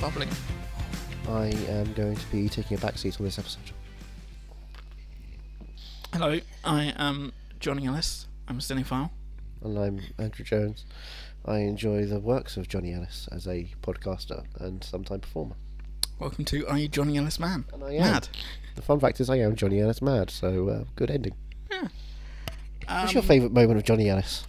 bubbling. I am going to be taking a back seat on this episode. Hello, I am Johnny Ellis. I'm a cinephile. And I'm Andrew Jones. I enjoy the works of Johnny Ellis as a podcaster and sometime performer. Welcome to Are You Johnny Ellis Man? And I am. The fun fact is, I am Johnny Ellis mad, so uh, good ending. Hmm. What's Um, your favourite moment of Johnny Ellis?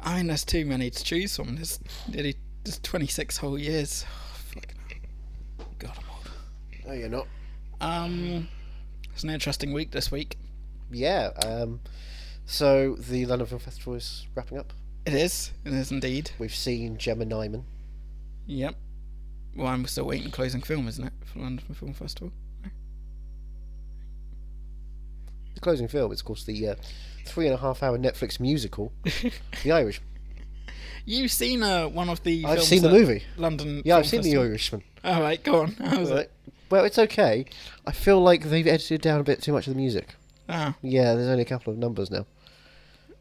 I mean, there's too many to choose from. There's nearly there's 26 whole years. Oh, fucking hell. God, I'm old. No, you're not. Um, it's an interesting week this week. Yeah. Um, so the London Film Festival is wrapping up. It is. It is indeed. We've seen Gemma Nyman. Yep. Well, I'm still waiting closing film, isn't it, for London Film Festival? The closing film is, of course, the uh, three and a half hour Netflix musical, The Irish. You've seen uh, one of the. I've films seen the at movie. London. Yeah, I've Film seen The Festival. Irishman. All right, go on. How was Right. it? Well, it's okay. I feel like they've edited down a bit too much of the music. Ah. Yeah, there's only a couple of numbers now.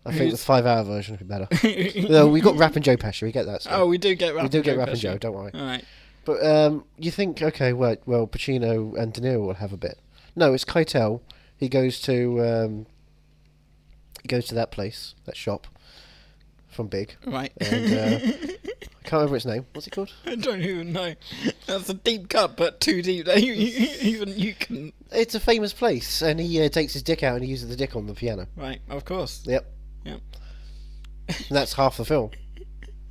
I think the Who's- five hour version would be better. no, we got Rap and Joe Pesci, we get that. Oh, Still. we do get rap. we do and get Joe Rap and Pesci. Joe, don't worry. All right. But um, you think, okay, well, well, Pacino and De Niro will have a bit. No, it's Keitel. He goes to um, he goes to that place, that shop from Big. Right. And, uh, I can't remember its name. What's it called? I don't even know. That's a deep cut, but too deep that you, you, even you can. It's a famous place, and he uh, takes his dick out and he uses the dick on the piano. Right, of course. Yep. Yep. And that's half the film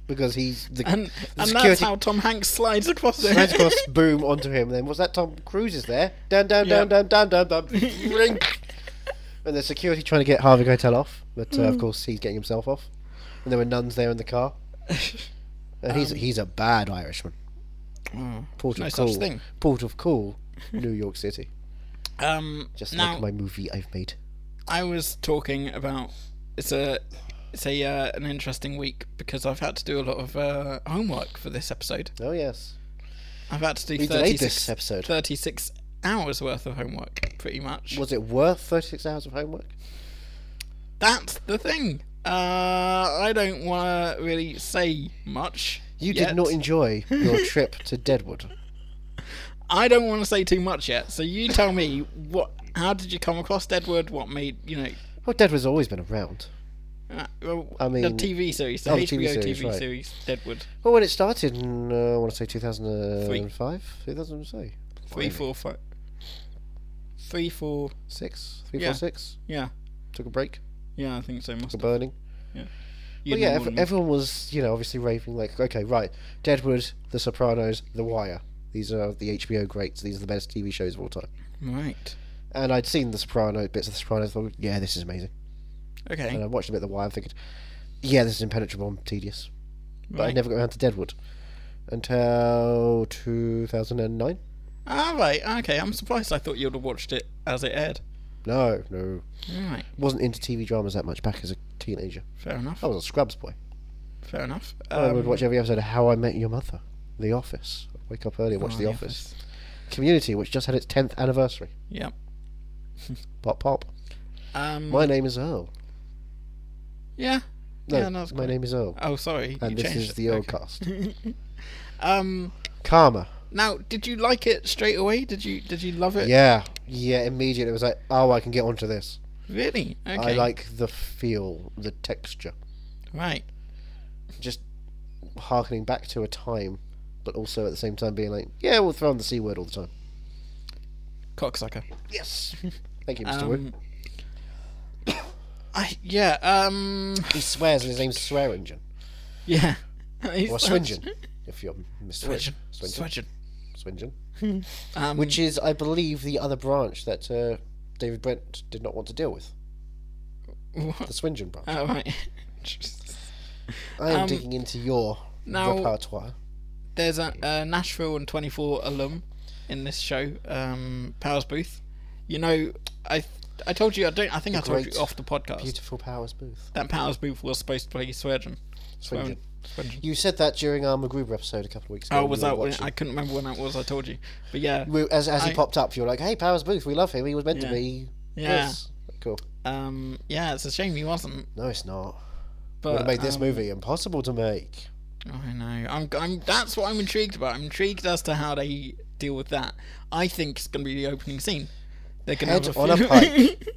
because he's the And and that's security- how Tom Hanks slides across it. slides across boom onto him. Then what's that? Tom Cruise is there. Down, down, Yeah. down, down, down, down, down. Ring. and the security trying to get Harvey Keitel off, but Mm. uh, of course he's getting himself off. And there were nuns there in the car. And he's he's a bad Irishman. Oh, Port Um, no of such Call, thing. Port of Call, New York City. Um, Just now like my movie I've made. I was talking about it's a it's a uh, an interesting week because I've had to do a lot of uh, homework for this episode. Oh yes, I've had to do we delayed 36, this episode. 36 hours worth of homework, pretty much. Was it worth thirty six hours of homework? That's the thing. Uh, I don't want to really say much. You yet. did not enjoy your trip to Deadwood. I don't want to say too much yet. So you tell me what. How did you come across Deadwood? What made you know? Well, Deadwood's always been around. Uh, well, I the mean- TV series, the Oh, the HBO TV TV series, series, right. Deadwood, Well, when it started, in, uh, I want to say 2005, 2006, three, four, five, three, four. 6, 3, Yeah. 4, 6. Yeah, Took a break, yeah, I think so. Must took a have. burning. You well, yeah, know ev- one- everyone was, you know, obviously raving, like, okay, right, Deadwood, The Sopranos, The Wire. These are the HBO greats. These are the best TV shows of all time. right. And I'd seen The Sopranos, bits of The Sopranos, thought, yeah, this is amazing. Okay. And I watched a bit of The Wire, thinking, yeah, this is impenetrable and tedious. But I right. never got around to Deadwood until 2009. Ah, right. Okay. I'm surprised. I thought you'd have watched it as it aired. No, no. Right. Wasn't into TV dramas that much back as a teenager. Fair enough. I was a Scrubs boy. Fair enough. Oh. I would Um, watch every episode of How I Met Your Mother, The Office. I'd wake up early and watch oh, The Office. Community, which just had its 10th anniversary. Yep. Pop, pop. Um. My name is Earl. yeah. No, yeah. No, it's my quite- name is Earl. Oh, sorry. And you this changed is it. the old Okay. cast. Um. Karma. Now, did you like it straight away? Did you Did you love it? Yeah. Yeah, immediately it was like, oh, I can get onto this. Really? Okay. I like the feel, the texture. Right. Just harkening back to a time, but also at the same time being like, yeah, we'll throw in the C word all the time. Cocksucker. Yes. Thank you, Mr. Wood. Um, I yeah. Um. He swears and his name's Swearingen. Yeah. Or Swingen, if you're Mr. Wood. Swingen. Swingen. Swingen. Swingen. Um, Which is, I believe, the other branch that uh, David Brent did not want to deal with. What? The Swingen branch. Oh, right. Jesus. I am um, digging into your now- repertoire. There's a, a Nashville and 24 alum in this show, um, Powers Booth. You know, I I told you I don't. I think I told great, you off the podcast Beautiful Powers Booth. that Powers Booth was supposed to play Swingen. Swingen. Swingen. You said that during our MacGruber episode a couple of weeks ago. Oh, when was we were that when watching. I couldn't remember when that was? I told you, but yeah, We- As, as he I- popped up, you were like, hey, Powers Booth, we love him. He was meant to Yeah. be. Yeah. Yes. Cool. um, yeah, it's a shame he wasn't. No, it's not. Would But have made this um, movie impossible to make. I know. I'm, I'm. That's what I'm intrigued about. I'm intrigued as to how they deal with that. I think it's going to be the opening scene. They're going Head to have on a a funeral.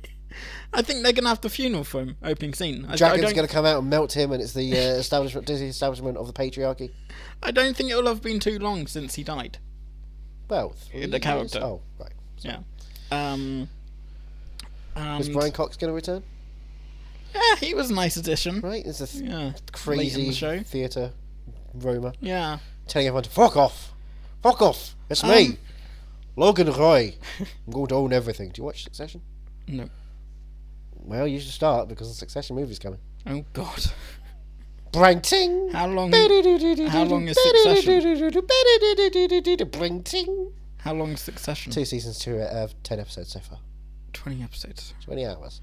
I think they're going to have the funeral film opening scene. I, I Dragon's don't, going to come out and melt him, and it's the uh, establishment, Disney establishment of the patriarchy. I don't think it'll have been too long since he died. Well, three The years? character. Oh, right. Yeah. Um. Was and- Brian Cox going to return? Yeah, he was a nice addition. Right, it's a th- Yeah. Late in crazy the show. theatre Roma Yeah. telling everyone to fuck off, fuck off. It's Um, me, Logan Roy. I'm going to own everything. Do you watch Succession? No. Well, you should start because the Succession movie's coming. Oh God. Bring ting. How long? How how long is Succession? Bring ting. How long is Succession? Two seasons, two uh, ten episodes so far. Twenty episodes. Twenty hours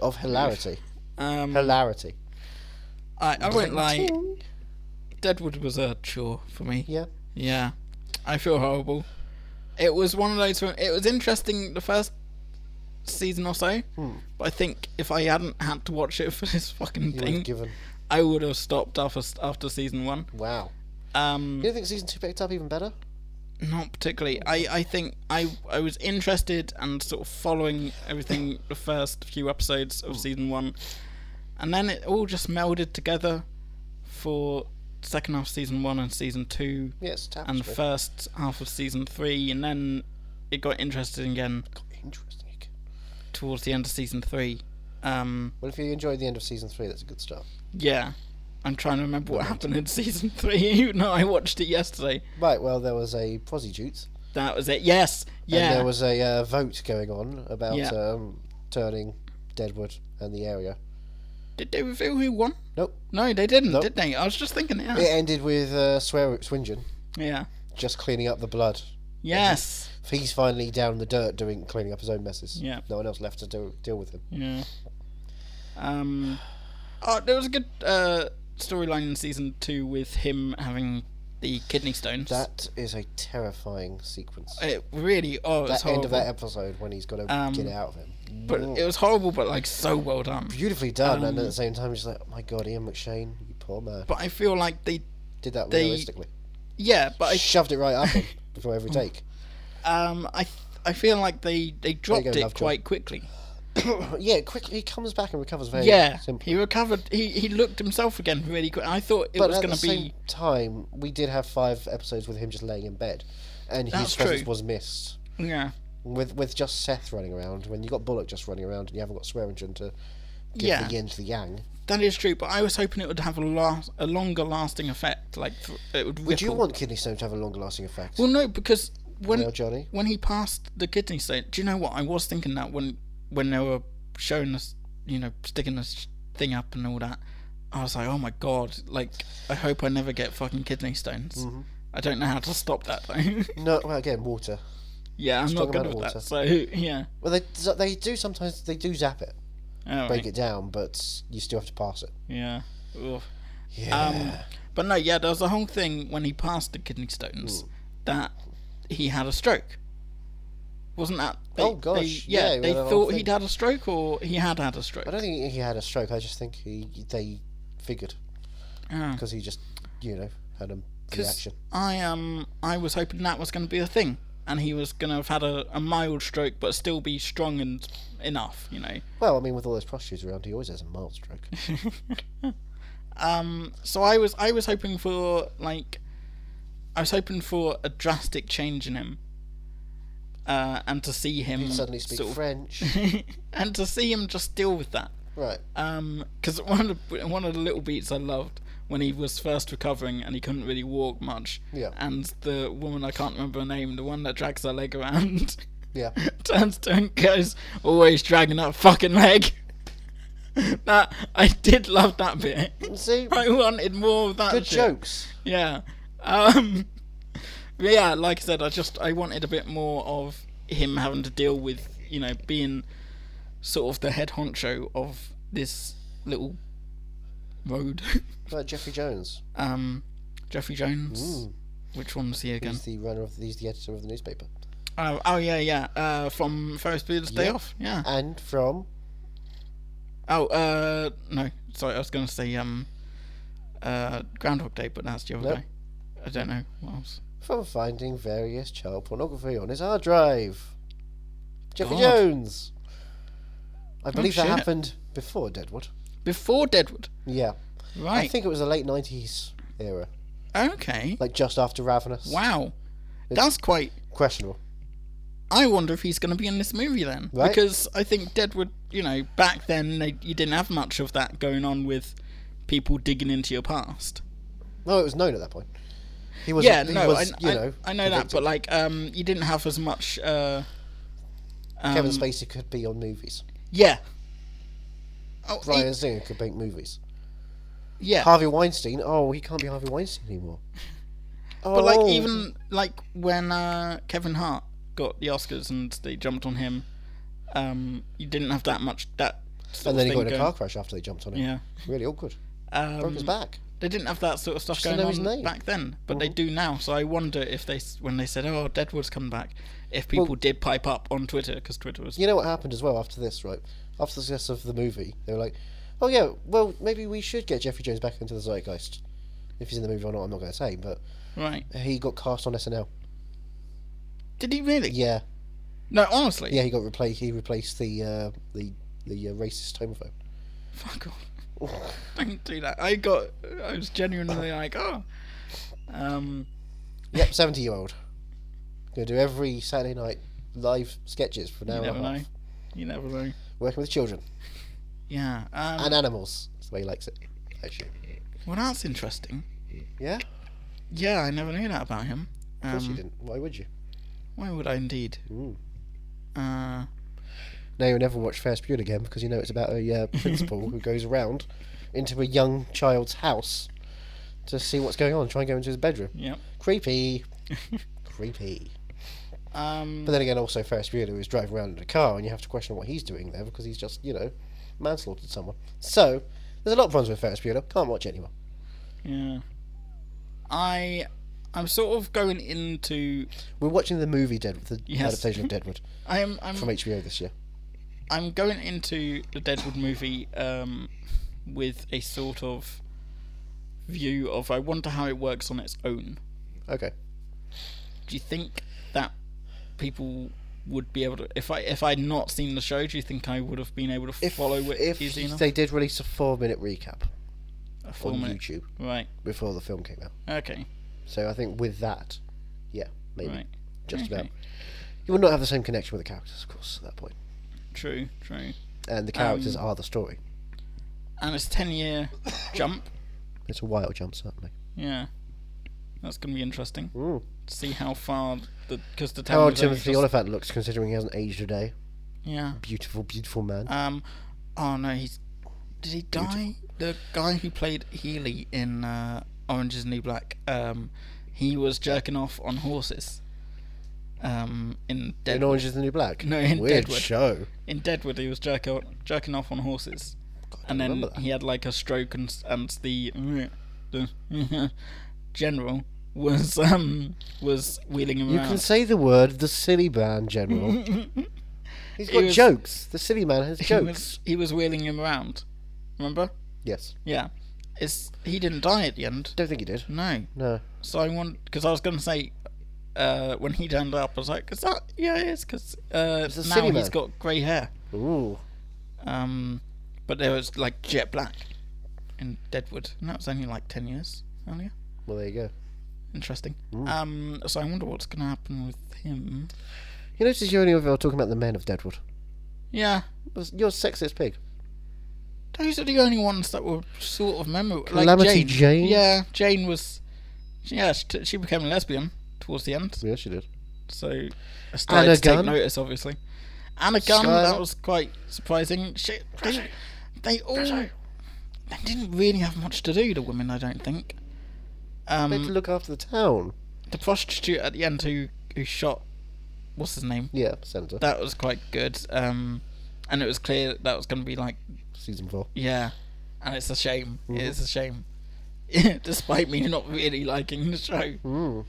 of hilarity. Um. hilarity. I, I won't lie. Deadwood was a chore for me. Yeah. Yeah, I feel horrible. It was one of those. It was interesting the first season or so, but I think if I hadn't had to watch it for this fucking You would thing, have given. I would have stopped after after season one. Wow. Um, You don't think season two picked up even better? not particularly. I I think I I was interested and sort of following everything the first few episodes Hmm. of season one, and then it all just melded together for second half of season one and season two. Yes, and the tapestry. first half of season three, and then it got interesting again Interesting. towards the end of season three. Um, Well, if you enjoyed the end of season three, that's a good start. yeah, I'm trying to remember what happened in season three. You know, I watched it yesterday. Right. Well, there was a prostitutes, That was it. Yes, yeah, and there was a uh, vote going on about Yeah. um, turning Deadwood and the area. Did they reveal who won? Nope. No, they didn't, Nope. did they? I was just thinking, yeah, It yeah, ended with uh, Swear Swingen just cleaning up the blood. yes, He's finally down in the dirt doing cleaning up his own messes. Yeah. No one else left to do, deal with him. yeah. Um, oh, there was a good uh, storyline in season two with him having the kidney stones. That is a terrifying sequence. it really, oh, it was that end horrible. of that episode when he's got to Um, get it out of him. But Mm. it was horrible, but like so well done. beautifully done, Um, and at the same time, he's like, oh my god, Ian McShane, you poor man. But I feel like they, Did that they- realistically. yeah, I but shoved it right up him before every take. I, um, I, I feel like they they dropped go, it Lovejoy. quite quickly. yeah, quickly, he comes back and recovers very Yeah, simply. he recovered. He he looked himself again really quick. I thought it But was at going the to be. same time, we did have five episodes with him just laying in bed, and That's his presence true. was missed. Yeah, With with just Seth running around, when you got Bullock just running around, and you haven't got Swearingen to give Yeah. the yin to the yang. that is true. But I was hoping it would have a last, a longer lasting effect. Like th- it would. Would you ripple. want kidney stone to have a longer lasting effect? Well, no, because when No, Johnny. when he passed the kidney stone, do you know what I was thinking that when when they were showing us, you know, sticking this thing up and all that, I was like, oh my god, like I hope I never get fucking kidney stones. Mm-hmm. I don't know how to stop that though. No, well, again, water. yeah, I'm not Strong good with amount that. of So yeah, Well, they they do sometimes they do zap it, All break right. it down, but you still have to pass it. yeah. Oof. Yeah. Um, but no, yeah, there was a whole thing when he passed the kidney stones that he had a stroke. Wasn't that? They, Oh, gosh, they- yeah, yeah, we they had a whole thought thing. he'd had a stroke or he had had a stroke. I don't think he had a stroke. I just think he they figured Ah. because he just you know had a 'Cause reaction. I um I was hoping that was going to be a thing, and he was going to have had a, a mild stroke, but still be strong and enough, you know. Well, I mean, with all those prostitutes around, he always has a mild stroke. Um, so I was I was hoping for like, I was hoping for a drastic change in him, uh, and to see him Suddenly speak sort of- French. and to see him just deal with that. right. Um 'cause because one of the, one of the little beats I loved when he was first recovering and he couldn't really walk much. Yeah. And the woman I can't remember her name, the one that drags her leg around, Yeah. turns to him and goes, "Always dragging that fucking leg." that I did love that bit. See, I wanted more of that. good shit. jokes. Yeah. Um. but Yeah, like I said, I just I wanted a bit more of him having to deal with you know being sort of the head honcho of this little road. Like Jeffrey Jones, um, Jeffrey Jones. Which one was he again? he's the runner of he's the editor of the newspaper, Oh, oh yeah, yeah. Uh, from Ferris Bueller's Day Yeah. Off. Yeah. and from Oh, uh, no. Sorry, I was going to say um, uh, Groundhog Day, but that's the other Nope. guy. I don't know what else. From finding various child pornography on his hard drive. Jeffrey God. Oh, Jones. I believe that shit. happened before Deadwood. Before Deadwood, Yeah. right? I think it was the late 90s era. okay. Like just after Ravenous. Wow, that's quite. Questionable. I wonder if he's going to be in this movie then, Right. because I think Deadwood, you know, back then they, you didn't have much of that going on with people digging into your past. No, it was known at that point. He was, yeah, he no, was, I, you I- know, I know that, convicted. but like, um, you didn't have as much. Uh, um, Kevin Spacey could be on movies. Yeah. Oh, he- Brian Singer could make movies. yeah. Harvey Weinstein. Oh, he can't be Harvey Weinstein anymore. Oh, But like even like when uh, Kevin Hart got the Oscars and they jumped on him, um, you didn't have that much that. Sort and then he of got thing in a going- car crash after they jumped on him. Yeah. Really awkward. Broke his Um, back. they didn't have that sort of stuff Just don't going know his on name. Mm-hmm. back then, but they do now. So I wonder if they, s- when they said, "Oh, Deadwood's coming back," if people did pipe up on Twitter because Twitter was You know what happened as well after this, right? After the success of the movie, they were like, "Oh yeah, well maybe we should get Jeffrey Jones back into the zeitgeist." If he's in the movie or not, I'm not going to say, but right. he got cast on SNL. Did he really? Yeah, No, honestly. yeah, he got replaced. He replaced the uh, the the uh, racist homophobe. Fuck off. Don't do that. I got. I was genuinely like, oh. Um. Yep, seventy year old. Gonna do every Saturday night live sketches for now You on. never know. You never know. Working with children Yeah. Um, and animals. That's the way he likes it. Actually, well, that's interesting. yeah. Yeah, I never knew that about him. Of course Um, you didn't. Why would you? Why would I indeed? Mm. Uh, Now you'll never watch Ferris Bueller again because you know it's about a uh, principal who goes around into a young child's house to see what's going on, try and go into his bedroom. yep. Creepy. Creepy. Um, But then again, also Ferris Bueller is driving around in a car, and you have to question what he's doing there because he's just, you know, manslaughtered someone. So there's a lot of problems with Ferris Bueller. Can't watch it anymore. yeah. I, I'm sort of going into. We're watching the movie Deadwood, the Yes. adaptation of Deadwood I am. I'm. from HBO this year. I'm going into the Deadwood movie um, with a sort of view of I wonder how it works on its own. Okay. Do you think that people would be able to if I if I'd not seen the show, do you think I would have been able to If, follow it if easy enough? they did release a four-minute recap A on minute. YouTube Right. before the film came out. Okay. So I think with that, yeah, maybe Right. just about. Okay. You would not have the same connection with the characters, of course, at that point. True, true. And the characters Um, are the story. And it's ten year jump. It's a wild jump, certainly. Yeah. That's gonna be interesting. Mm. To see how far the because the How town old is only Oh, Timothy just- Oliphant looks, considering he hasn't aged a day. Yeah. Beautiful, beautiful man. Um, oh no, he's did he die? The guy who played Healy in uh, Orange Is the New Black, um, he was jerking off on horses. Um, in Dead in Orange is the New Black. No, in Weird Deadwood. show. in Deadwood, he was jerking jerking off on horses, and then remember that. he had like a stroke, and s- and the the general was um was wheeling him You around. can say the word the silly man, General. He's got was- jokes. The silly man has he jokes. was he was wheeling him around. Remember? Yes. Yeah. It's he didn't die at the end. Don't think he did. No. No. So I want because I was gonna say, uh, when he turned up, I was like, "Is that yeah, it is." Because uh, now a silly he's man. got grey hair, Ooh. um, but there was like jet black in Deadwood, and that was only like ten years earlier. Well, there you go. Interesting. Um, so I wonder what's gonna happen with him. You notice you only ever talking about the men of Deadwood. Yeah, You're a sexist pig. those are the only ones that were sort of memorable. Calamity like Jane. Jane? Yeah, Jane was. Yeah, she, t- she became a lesbian towards the end. Yes, you did. So I started Anna to take Gunn? notice, obviously. Anna Gunn, Skylar? that was quite surprising. She, they, they all they didn't really have much to do. The women, I don't think. They had to Um, look after the town. the prostitute at the end who who shot, what's his name? Yeah, Senator. That was quite good. Um, and it was clear that, that was going to be like Season four. yeah, and it's a shame. Mm-hmm. It is a shame, despite me not really liking the show. Mm.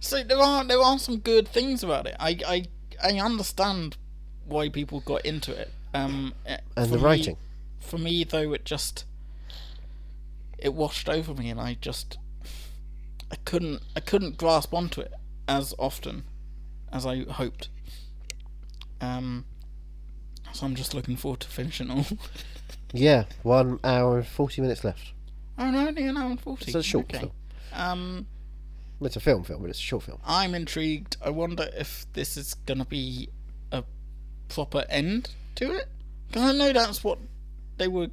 So there are there are some good things about it. I I, I understand why people got into it. Um, eh, And for the me- writing. for me though, it just it washed over me, and I just I couldn't I couldn't grasp onto it as often as I hoped. Um, so I'm just looking forward to finishing all. Yeah, one hour and forty minutes left. oh no, only an hour and forty. It's a short okay. film. Um, It's a film, film, but it's a short film. I'm intrigued. I wonder if this is gonna be a proper end to it. Because I know that's what they were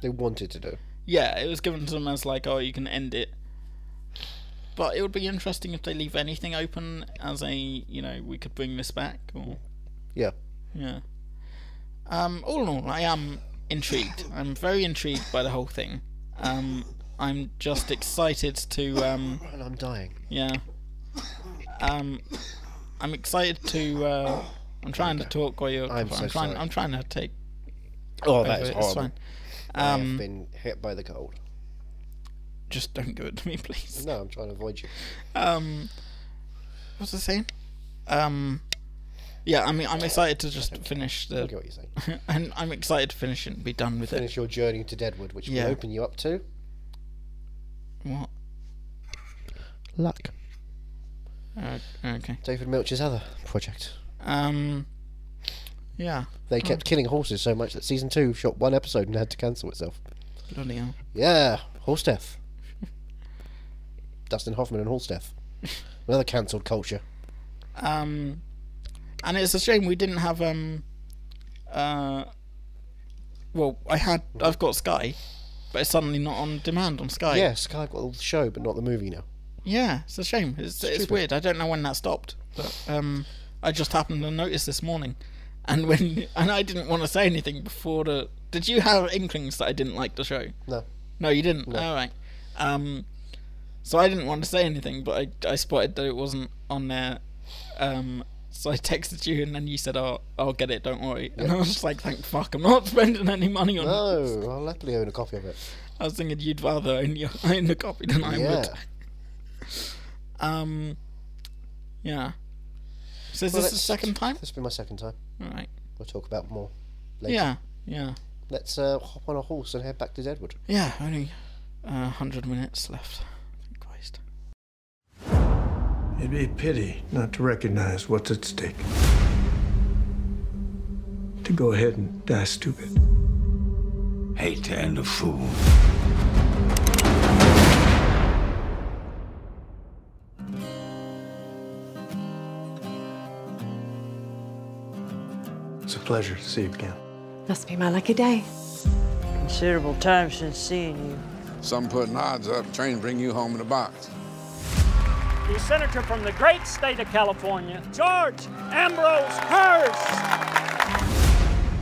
They wanted to do. Yeah, it was given to them as like, oh, you can end it. But it would be interesting if they leave anything open as a, you know, we could bring this back or Yeah, yeah. Um, all in all, I am intrigued. I'm very intrigued by the whole thing. Um, I'm just excited to um, and I'm dying. yeah. Um, I'm excited to. Uh, I'm trying to talk while you're. I'm so trying. sorry. I'm trying to take. Oh, over that is it, horrible. It's fine. I Um, have been hit by the cold. Just don't give it to me, please. No, I'm trying to avoid you. um what's the saying um yeah i mean i'm excited to just finish I the get what you're saying. and i'm excited to finish it and be done with it Finish your journey to Deadwood, which Yeah. will open you up to what luck. uh, okay David Milch's other project. um yeah They kept killing horses so much that season two shot one episode and had to cancel itself. bloody hell Yeah, horse death. Dustin Hoffman and horse death. Another cancelled culture. um and it's a shame we didn't have um uh well i had i've got sky but it's suddenly not on demand on sky yeah, Sky got the show, but not the movie now. Yeah, it's a shame. It's, it's Stupid. weird. I don't know when that stopped, but um, I just happened to notice this morning, and when and I didn't want to say anything before the. Did you have inklings that I didn't like the show? No. No, you didn't. All right. Um, so I didn't want to say anything, but I I spotted that it wasn't on there. Um, so I texted you, and then you said, "Oh, I'll get it. Don't worry." And I was just like, "Thank fuck, I'm not spending any money on." it." No, Oh, I'll happily own a copy of it. I was thinking you'd rather own your own the copy than I yeah. would. Um, yeah. So is Well, this the let's- second time? This will be my second time. All right. We'll talk about more later. Yeah, yeah, Let's uh, hop on a horse and head back to Deadwood. yeah. Only a hundred minutes left. Thank Christ. It'd be a pity not to recognize what's at stake. To go ahead and die stupid. Hate to end a fool. It's a pleasure to see you again. Must be my lucky day. Considerable time since seeing you. Some putting odds up, train bring you home in a box. the senator from the great state of California, George Ambrose Hearst.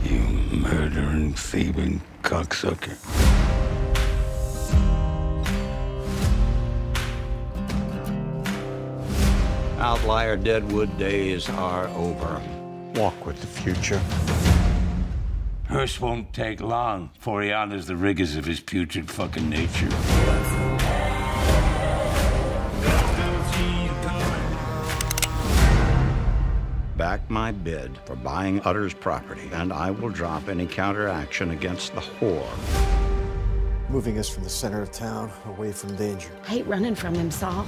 You murdering, thieving cocksucker. Outlier Deadwood days are over. Walk with the future. Hearst won't take long before he honors the rigors of his putrid fucking nature. Back my bid for buying Utter's property, and I will drop any counteraction against the whore. moving us from the center of town away from danger. Hate running from them, Saul.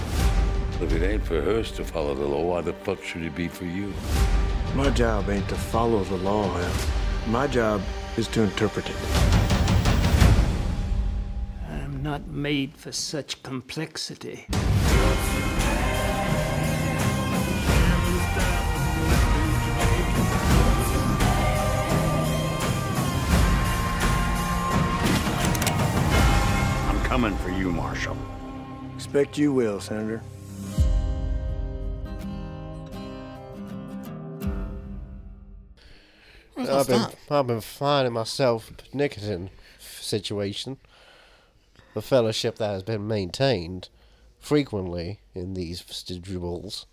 If it ain't for Hearst to follow the law, why the fuck should it be for you? My job ain't to follow the law, Al. My job is to interpret it. I'm not made for such complexity. I'm coming for you, Marshal. Expect you will, Senator. What I've was been, that? I've been finding myself a nicotine f- situation. The fellowship that has been maintained frequently in these vestigials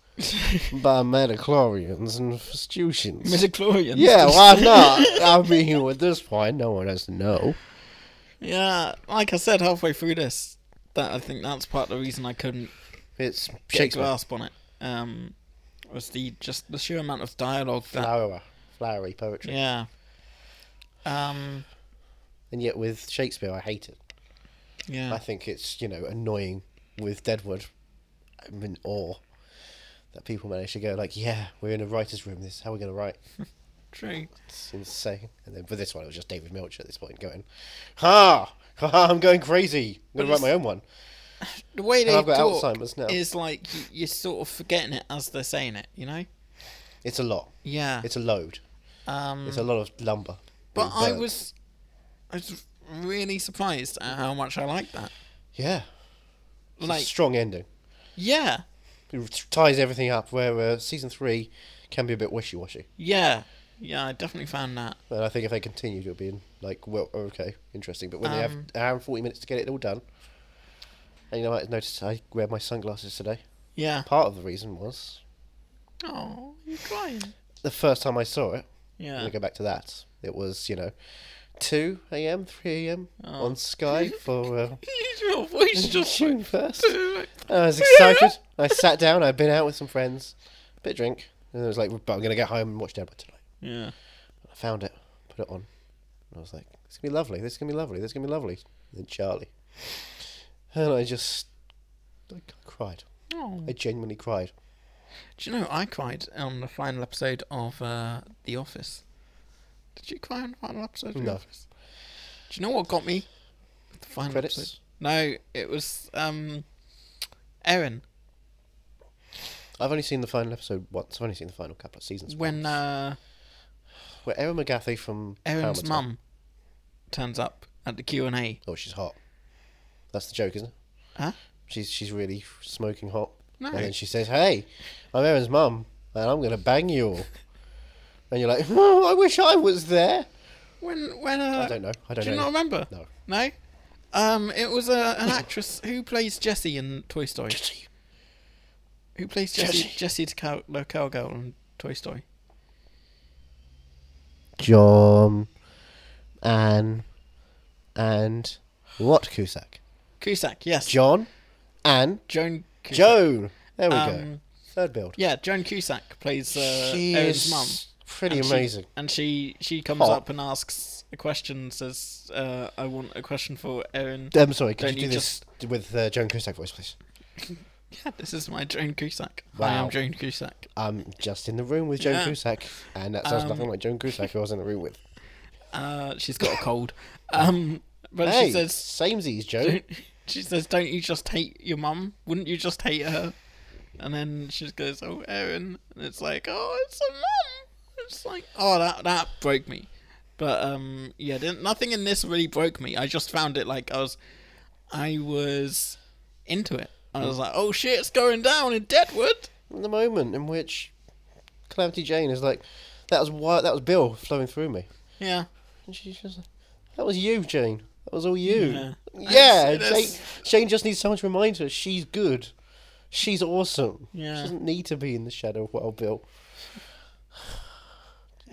by metachlorians and fustusions. Midichlorians. yeah, why not? I mean, at this point, no one has to know. Yeah. Like I said halfway through this, that I think that's part of the reason I couldn't It's get a Shakespeare. grasp on it. Um, was the just the sheer amount of dialogue that. Flower, flowery poetry. Yeah. Um. And yet, with Shakespeare, I hate it. Yeah. I think it's you know annoying with Deadwood. I'm in awe that people manage to go like, yeah, we're in a writer's room. This is how we're going to write. True. It's insane. And then for this one, it was just David Milch at this point going, ha, ha, ha, I'm going crazy. But I'm going to write my it's- own one. The way And they I've got talk Alzheimer's now. is like you- you're sort of forgetting it as they're saying it. You know. It's a lot. Yeah. It's a load. Um, It's a lot of lumber. But being I burnt. was, I was really surprised at how much I liked that. Yeah. It's Like, a strong ending. yeah, It ties everything up where uh, season three can be a bit wishy washy. yeah, yeah. I definitely found that. And I think if they continued, it would be like, well, oh, okay, interesting. But when they have Um, an hour and 40 minutes to get it all done. And you know, I noticed I wear my sunglasses today. Yeah. Part of the reason was Oh, you're crying. the first time I saw it. Yeah. I'm gonna go back to that. It was, you know, 2 a.m., 3 a.m. on Sky for uh, Your voice Oh. just June 1st. like, I was excited. I sat down. I'd been out with some friends, bit of drink, and I was like, "But I'm gonna get home and watch Deadwood tonight." yeah, I found it, put it on. And I was like, "This is gonna be lovely. This is gonna be lovely. This is gonna be lovely." And then Charlie, and I just, I cried. Oh. I genuinely cried. Do you know I cried on the final episode of uh, The Office? Did you cry on the final episode of The No. Office? Do you know what got me? The final Credits? episode. No, it was um, Erin I've only seen the final episode once. I've only seen the final couple of seasons. when once. uh, where Erin McGathy from Erin's Hamilton- mum turns up at the Q and A. Oh, she's hot. That's the joke, isn't it? Huh? She's she's really smoking hot. No. And then she says, "Hey, I'm Erin's mum, and I'm gonna bang you all." and you're like, "Oh, I wish I was there." When when uh, I don't know. I don't do you know. not remember? No. No. Um, it was uh, an actress who plays Jessie in Toy Story. Jessie. Who plays Jessie? Jessie the cow, the cowgirl in Toy Story. John, Anne, and what Cusack? Cusack. Yes. John, Anne, Joan. Cusack. Joan. There we go. Um, Third build. Yeah, Joan Cusack plays uh, she Erin's is mum. pretty And she- amazing. and she she comes Hot. up and asks a question. Says, uh, "I want a question for Erin." I'm sorry. Could Don't you do you this with uh, Joan Cusack voice, please? Yeah, this is my Joan Cusack. I am Wow. Joan Cusack. I'm just in the room with Joan Yeah. Um, Cusack, and that sounds nothing like Joan Cusack who I was in the room with. Uh, she's got a cold. Um, but Hey, she says, samesies, Joan. she says, "Don't you just hate your mum? Wouldn't you just hate her?" And then she just goes, "Oh, Erin," and it's like, "Oh, it's a mum." It's like, oh, that that broke me. But um, yeah, didn't, nothing in this really broke me. I just found it like I was, I was into it. I was like, "Oh shit, it's going down in Deadwood." the moment in which Calamity Jane is like, that was why that was Bill flowing through me, Yeah. and she's just like, that was you, Jane. That was all you. Yeah. Yeah, I've seen Jane, this. Jane just needs someone to remind her she's good, she's awesome. Yeah. She doesn't need to be in the shadow of Wild Bill.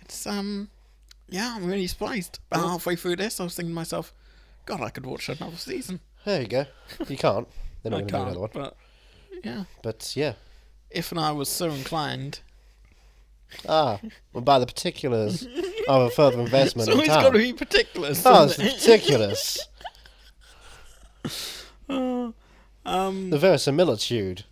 It's um, yeah, I'm really surprised. About halfway through this, I was thinking to myself, "God, I could watch another season." There you go. You can't. They're not I going to do can't, another one. but yeah. But yeah. If and I was so inclined, Ah, well, by the particulars of a further investment so in it's town. got to be particulars. Oh, it's doesn't it? ridiculous. Uh, um, the verisimilitude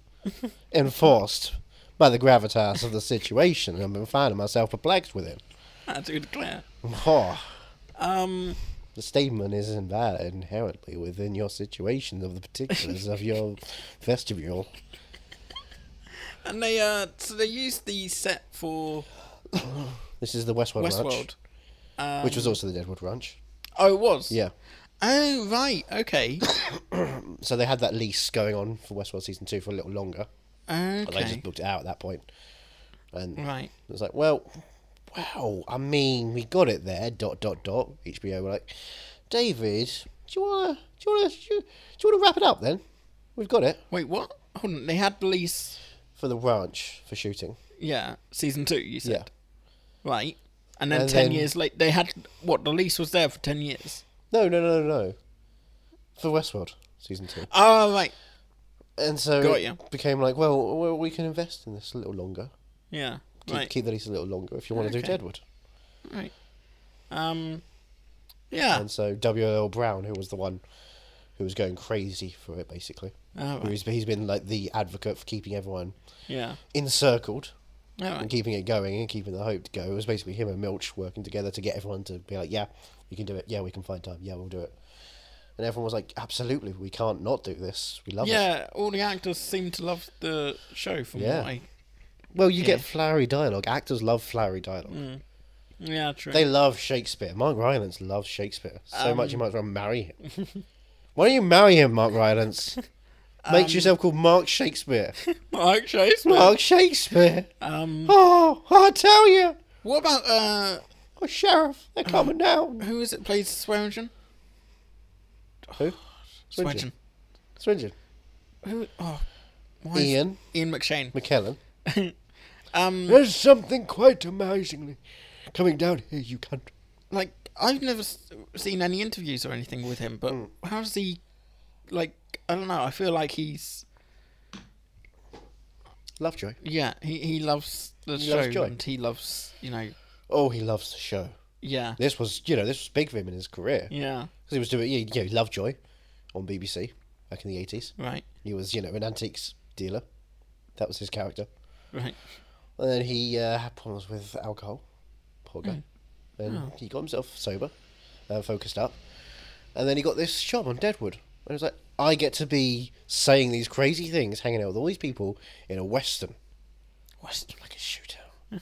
enforced by the gravitas of the situation. I've been finding myself perplexed with it. I had to declare. Oh, Um, the statement is invalid inherently within your situation of the particulars of your vestibule. and they uh, so they used the set for This is the Westwood Ranch, Westworld. um, which was also the Deadwood Ranch. Oh, it was. Yeah. Oh right. Okay. So they had that lease going on for Westworld season two for a little longer. But they Okay. just booked it out at that point. And Right. It was like, well, wow. I mean, we got it there. Dot dot dot. HBO were like, David, do you wanna, do you wanna, do you, do you wanna wrap it up then? We've got it Wait, what? Hold on. They had release. for the ranch for shooting. Yeah, season two. You said. Yeah. Right. And then And ten then- years later, they had what the lease was there for ten years. No, no, no, no, no. For Westworld season two. Oh right. And so got it ya. became like, well, well, we can invest in this a little longer. Yeah. Keep, right. keep the lease a little longer if you want to do Okay. Deadwood. Right. Um. Yeah. And so W. L. Brown, who was the one who was going crazy for it basically. Oh, Who he's- he's been like the advocate for keeping everyone Yeah. encircled Oh, right. and keeping it going and keeping the hope to go. It was basically him and Milch working together to get everyone to be like, yeah, we can do it. Yeah, we can find time. Yeah, we'll do it. And everyone was like, absolutely, we can't not do this. We love it. yeah, all the actors seem to love the show from Yeah. what I. Well, you get Yeah. flowery dialogue. Actors love flowery dialogue. Mm. Yeah, true. They love Shakespeare. Mark Rylance loves Shakespeare so much you Um, might as well marry him. Why don't you marry him, Mark Rylance? Make Um, yourself called Mark Shakespeare. Mark Shakespeare. Mark Shakespeare. Um, Oh, I tell you. What about uh? Oh, sheriff, they're coming down. Who is it plays Swearingen? Who? Swearingen. Swingen. Who? Oh, why is- Ian Ian McShane. McKellen. Um, There's something quite amazingly coming down here, you cunt. like I've never s- seen any interviews or anything with him, but Hmm. how does he? Like I don't know. I feel like he's Lovejoy. yeah. He he loves the He show loves Joy. and he loves you know Oh, he loves the show. yeah This was, you know, this was big for him in his career. yeah Because he was doing, yeah, yeah, Lovejoy on BBC back in the 80s. right He was, you know, an antiques dealer. That was his character. right And then he uh, had problems with alcohol. Poor guy. Then he got himself sober, uh, focused up. And then he got this job on Deadwood. And it was like, I get to be saying these crazy things, hanging out with all these people in a Western. Western, like a shootout.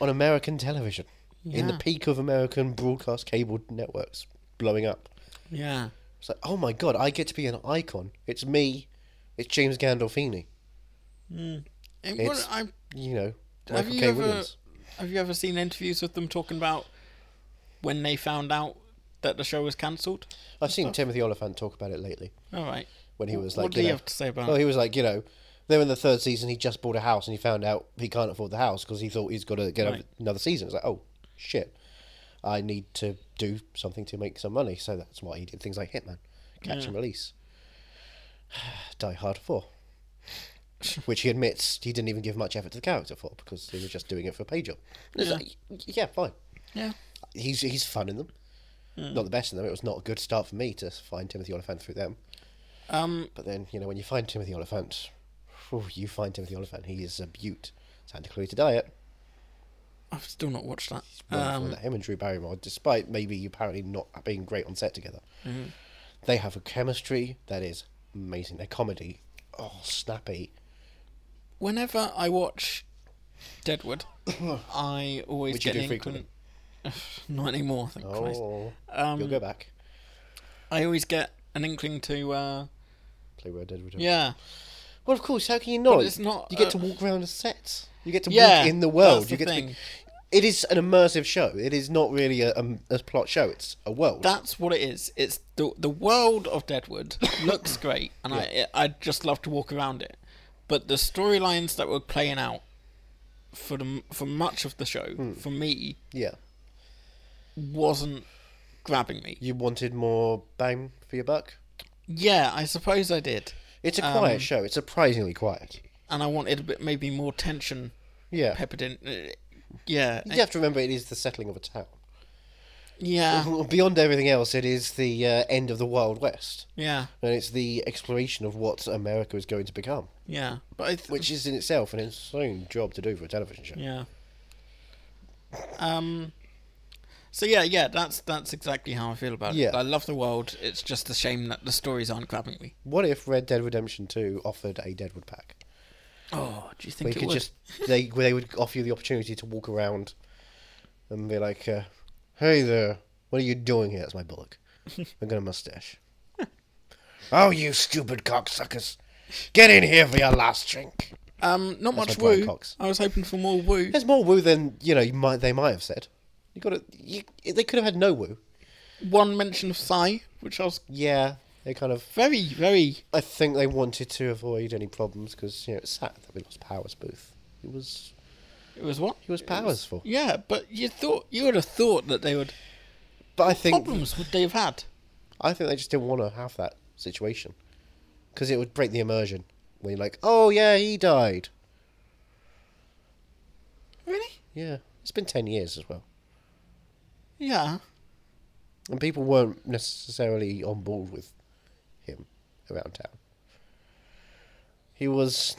on American television. In the Yeah. peak of American broadcast cable networks blowing up. yeah It's like, oh my god, I get to be an icon. It's me. It's James Gandolfini. And what It's, I you know, Have Michael you K. ever Williams. have you ever seen interviews with them talking about when they found out that the show was cancelled? I've seen Timothy Oliphant talk about it lately All right. when he was like, what do you you know, have to say about well, it? he was like, you know, then in the third season he just bought a house and he found out he can't afford the house because he thought he's got to get Right. another season. It's like, oh shit, I need to do something to make some money. So that's why he did things like Hitman, Catch and Release, Die Hard Four, which he admits he didn't even give much effort to the character for because he was just doing it for a pay job. And it's Yeah. like, y- yeah, fine. Yeah. He's he's fun in them. Hmm. Not the best in them. It was not a good start for me to find Timothy Oliphant through them. Um. But then, you know, when you find Timothy Oliphant, whew, you find Timothy Oliphant, he is a beaut. Santa Clarita Diet, I've still not watched that. wonderful. Um, him and Drew Barrymore, despite maybe apparently not being great on set together, Mm-hmm. they have a chemistry that is amazing. Their comedy, oh, snappy. whenever I watch Deadwood, I always Which you get do an inkling. not anymore, thank Christ. Oh, you'll Um, go back. I always get an inkling to. Uh, Play Red Dead Redemption. yeah. Well, of course, how can you not? it's not, You get uh, to walk around a set. You get to Yeah, walk in the world. that's you the get to. Be, thing. it is an immersive show. It is not really a, a, a plot show. It's a world. That's what it is. It's the the world of Deadwood looks great, and I I'd just love to walk around it. But the storylines that were playing out for the m- for much of the show Hmm. for me yeah. wasn't grabbing me. You wanted more bang for your buck. Yeah, I suppose I did, It's a quiet Um, show. It's surprisingly quiet. and I wanted a bit maybe more tension Yeah. peppered in. uh, Yeah, you have to remember it is the settling of a town. yeah, Beyond everything else, it is the uh, end of the Wild West. yeah, And it's the exploration of what America is going to become, yeah. But I th- which is in itself an insane job to do for a television show. Yeah. Um. So yeah, yeah, that's that's exactly how I feel about Yeah. it. I love the world. It's just a shame that the stories aren't grabbing me. What if Red Dead Redemption 2 offered a Deadwood pack? Oh, do you think We it could would? just they they would offer you the opportunity to walk around and be like, uh, "Hey there, what are you doing here?" That's my bullock. I've got a mustache. oh, you stupid cocksuckers! Get in here for your last drink. um, not That's much my Brian woo. Cox. I was hoping for more woo. There's more woo than you know. You might they might have said. You got to. You, they could have had no woo. One mention of Psy, which I was Yeah, they kind of. very, very. I think they wanted to avoid any problems because you know it's sad that we lost Powers Booth. It was It was what? he was powerful, Yeah, but you thought you would have thought that they would but I think problems would they have had? I think they just didn't want to have that situation because it would break the immersion when you're like, oh yeah, he died. Really? Yeah, it's been ten years as well, Yeah. and people weren't necessarily on board with him around town. He was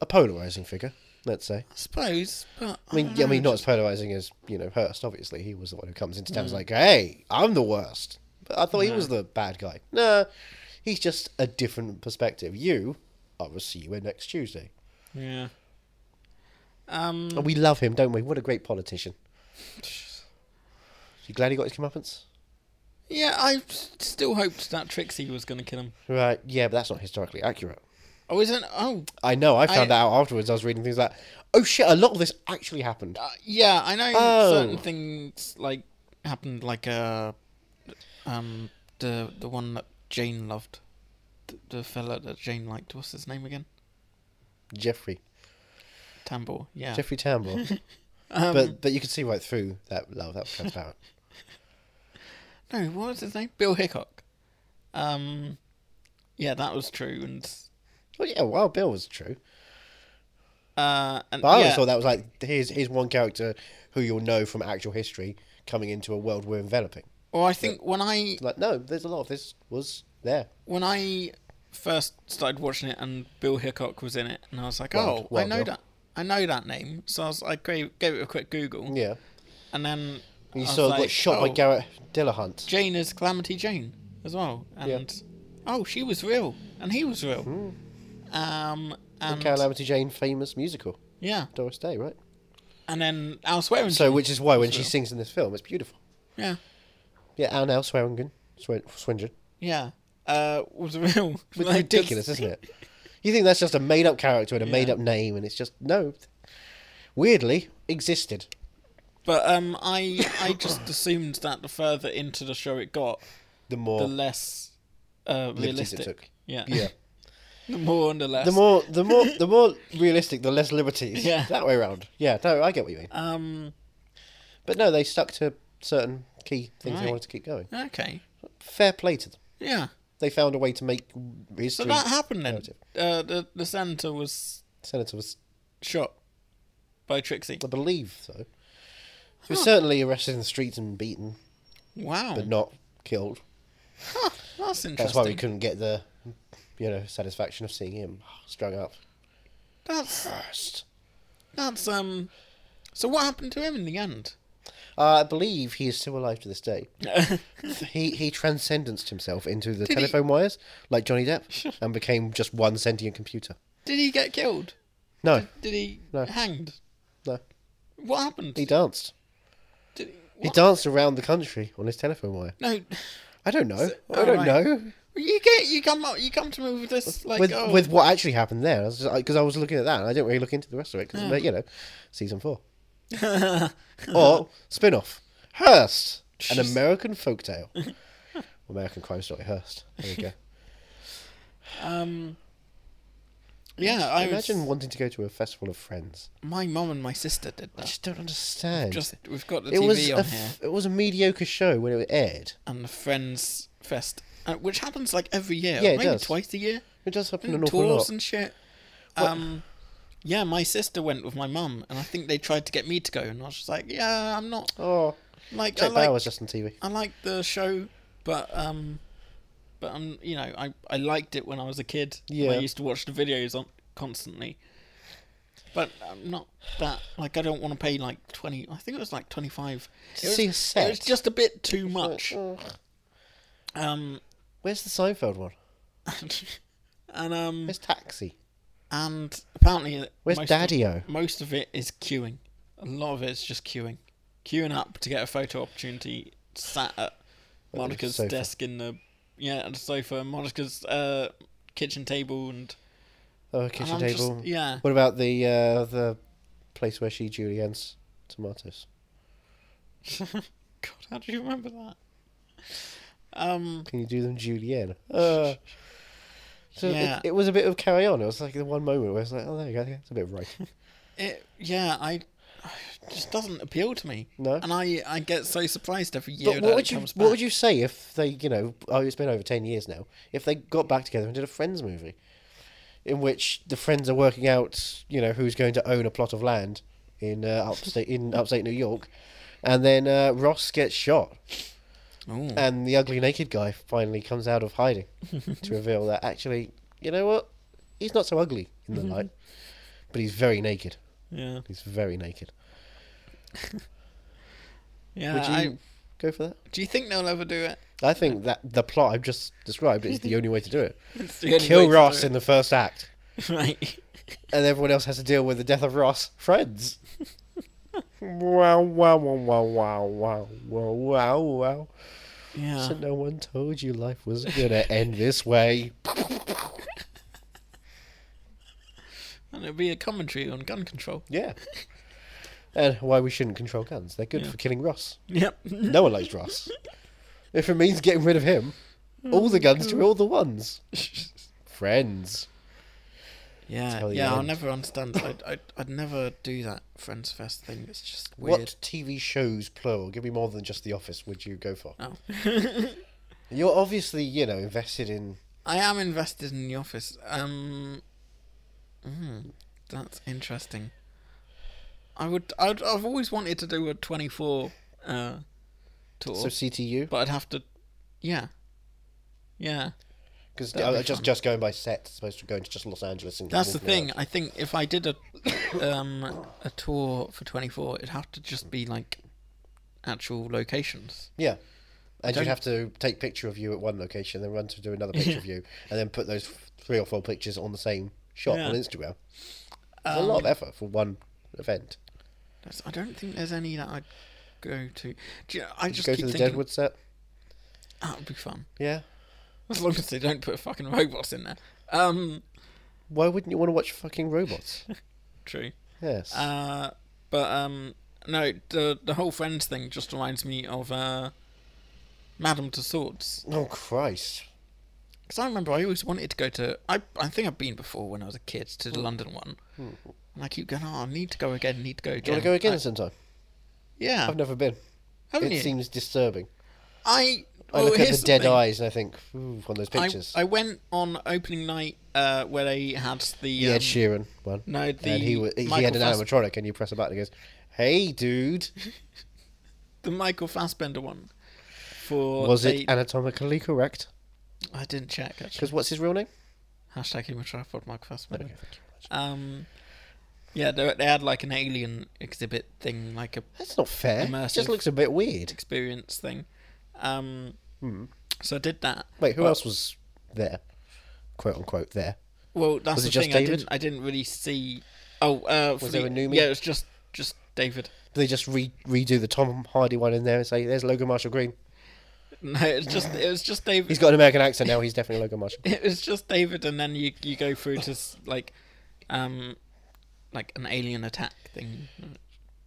a polarizing figure, let's say. I suppose, but uh, I mean, I yeah, I don't mean, know, not as polarizing as you know Hearst. Obviously, he was the one who comes into town and is Mm. like, "Hey, I'm the worst." But I thought he was the bad guy. Nah, he's just a different perspective. You, I will see you next Tuesday. Yeah. Um. And we love him, don't we? What a great politician. You glad he got his comeuppance? Yeah, I still hoped that Trixie was going to kill him. Right, yeah, but that's not historically accurate. Oh, isn't? Oh, I know, I found I- that out afterwards. I was reading things like, oh shit, a lot of this actually happened. Uh, yeah. I know Oh. certain things like happened, like uh, um, the the one that Jane loved, the, the fella that Jane liked. What's his name again? Jeffrey. Tambor. Yeah. Jeffrey Tambor. Um, but but you could see right through that love, that was transparent. No, what was his name? Bill Hickok. Um, yeah, that was true, and well, yeah, Wild Bill was true. uh, and But I always yeah, thought that was like, here's, here's one character who you'll know from actual history coming into a world we're enveloping. Well, I think when I Like, no, there's a lot of this was there. when I first started watching it, and Bill Hickok was in it, and I was like, Wild- oh, I Wild know Bill. that, I know that name. So I was, I gave, gave it a quick Google. Yeah. And then I You was saw like, got shot by oh, Garrett Dillahunt. Jane is Calamity Jane as well, Yeah. and oh, she was real, and he was real. Hmm. Um, And and Calamity Jane famous musical. yeah, Doris Day, right? and then Al Swearingen. So, which is why when was she real. sings in this film, it's beautiful. yeah, Yeah, Anne Al Swearingen. Swen- Swingen. yeah, uh, was real. It's Like, 'cause- ridiculous, isn't it? You think that's just a made up character and a made up name, and it's just, no. Weirdly, existed. But um, I I just assumed that the further into the show it got, The more the less uh, liberties realistic. it took. Yeah. Yeah. the more and the less. The more, the more, the more realistic, the less liberties. Yeah. that way around. Yeah, no, I get what you mean. Um. But no, they stuck to certain key things Right. they wanted to keep going. Okay. Fair play to them. Yeah. They found a way to make So history. that happened then. narrative. Uh, the the senator was Senator was, shot by Trixie. I believe, so. He was certainly arrested in the streets and beaten, Wow. but not killed. That's interesting. That's why we couldn't get the, you know, satisfaction of seeing him strung up. That's First. that's um. So what happened to him in the end? Uh, I believe he is still alive to this day. he he transcendenced himself into the Did he- telephone wires like Johnny Depp and became just one sentient computer. Did he get killed? No, Did he No. hanged? no, What happened? he danced. Did he, He what? danced around the country on his telephone wire. No. I don't know. oh, I don't right. know. You get you come up you come to me with this like with oh, with what actually happened there, because I, 'cause I was looking at that, and I didn't really look into the rest of it. Hmm. 'cause, but, you know, season four or spin off, Hearst, an American folktale, American crime story. Hearst. There you go. um. Yeah, I Imagine was, wanting to go to a festival of friends. my mum and my sister did I that. just don't understand. Just we've got the it TV was on a here f- it was a mediocre show when it aired. and the Friends Fest, uh, which happens like every year, Yeah, it maybe does. twice a year. It does happen Doing an awful Mm, tours lot. and shit. Um, yeah, my sister went with my mum, and I think they tried to get me to go, and I was just like, yeah, I'm not Oh, like I Jack like Bauer was just on TV. I like the show, but um, but um, you know, I I liked it when I was a kid. Yeah. I used to watch the videos on constantly. But I'm not that like I don't want to pay like twenty. I think it was like twenty five. To see a It was set? just a bit too much. Um, Where's the Seinfeld one? and um, Where's Taxi? and apparently Where's most of- Daddy-O? Most of it is queuing. A lot of it is just queuing, queuing up to get a photo opportunity. Sat at Monica's sofa. desk in the yeah, on the sofa, Monica's uh, kitchen table, and Oh, kitchen I'm just- table. yeah. What about the uh, the place where she juliennes tomatoes? God, how do you remember that? Um, Can you do them julienne? Uh, so Yeah. it, it was a bit of carry on. It was like the one moment where it's like, oh, there you go. It's a bit of writing. it yeah, I it just doesn't appeal to me. No? and I I get so surprised every year. But that what would it you comes what back. would you say if they you know oh it's been over ten years now if they got back together and did a Friends movie, in which the friends are working out you know who's going to own a plot of land in uh, upstate in upstate New York, and then uh, Ross gets shot, Ooh. And the ugly naked guy finally comes out of hiding to reveal that actually, you know what? He's not so ugly in Mm-hmm. the light, but he's very naked. Yeah. He's very naked. Yeah. Would you Uh, I, go for that? do you think they'll ever do it? I think that the plot I've just described is the only way to do it. It's the only way Kill to Ross do it. in the first act, right. and everyone else has to deal with the death of Ross friends. wow, wow, wow, wow, wow, wow, wow, wow, wow. Yeah. So no one told you life was gonna end this way. and it'll be a commentary on gun control. Yeah. And why we shouldn't control guns. They're good Yeah. for killing Ross. Yep. No one likes Ross. If it means getting rid of him, all the guns to all the ones. Friends. Yeah. how they Yeah. I'll end. never understand. I'd, I'd I'd never do that Friends Fest thing. It's just weird. What TV shows, plural, give me more than just The Office, would you go for? Oh. You're obviously, you know, invested in. I am invested in the office. Um, mm, that's interesting. I would. I'd, I've always wanted to do a twenty-four uh, tour, So CTU? but I'd have to. Yeah. Yeah. Because that'd be just, fun. just going by set, as opposed to going to just Los Angeles and. That's the walking around. thing. I think if I did a um, a tour for twenty four, it'd have to just be like actual locations. Yeah. And don't- you'd have to take picture of you at one location, then run to do another picture of you, and then put those f- three or four pictures on the same shot Yeah. on Instagram. It's a lot of effort for one event. That's- I don't think there's any that I'd go to. Do you, I Did you just go keep to the thinking Deadwood set? that would be fun Yeah. as long as they don't put fucking robots in there. Um, Why wouldn't you want to watch fucking robots? true. yes. Uh, but um, no, the the whole friends thing just reminds me of uh, Madame Tussauds. oh Christ! Because I remember I always wanted to go to. I I think I've been before when I was a kid to Hmm. the London one, and I keep going. Oh, I need to go again. Need to go again. Do you want to go again I- sometime? yeah, I've never been. haven't it you? seems disturbing. I I well, look at here's the dead thing. eyes and I think, ooh, on those I- pictures. I, went on opening night uh, where they had the yeah, um, Ed Sheeran one. no, the and he wa- he Michael had an Fass- animatronic, and you press a button, and he goes, "Hey, dude." the Michael Fassbender one. For Was they, it anatomically correct? I didn't check. Actually. Because what's his real name? Hashtag human tripod, Michael Fassbender. Um, yeah, they, they had like an alien exhibit thing, like a That's not fair. It Immersive. just looks a bit weird. experience thing. Um, Hmm. So I did that. Wait, who But- else was there? Quote unquote there. Well, that's Was the it just thing. I David? didn't. I didn't really see. Oh, uh, for Was there the- a Numi? Yeah, it was just just David. Do they just re- redo the Tom Hardy one in there and say, "There's Logan Marshall Green." No, it was just it was just David. He's got an American accent now. He's definitely Logan Marshall. It was just David, and then you you go through to s- like, um, like an alien attack thing.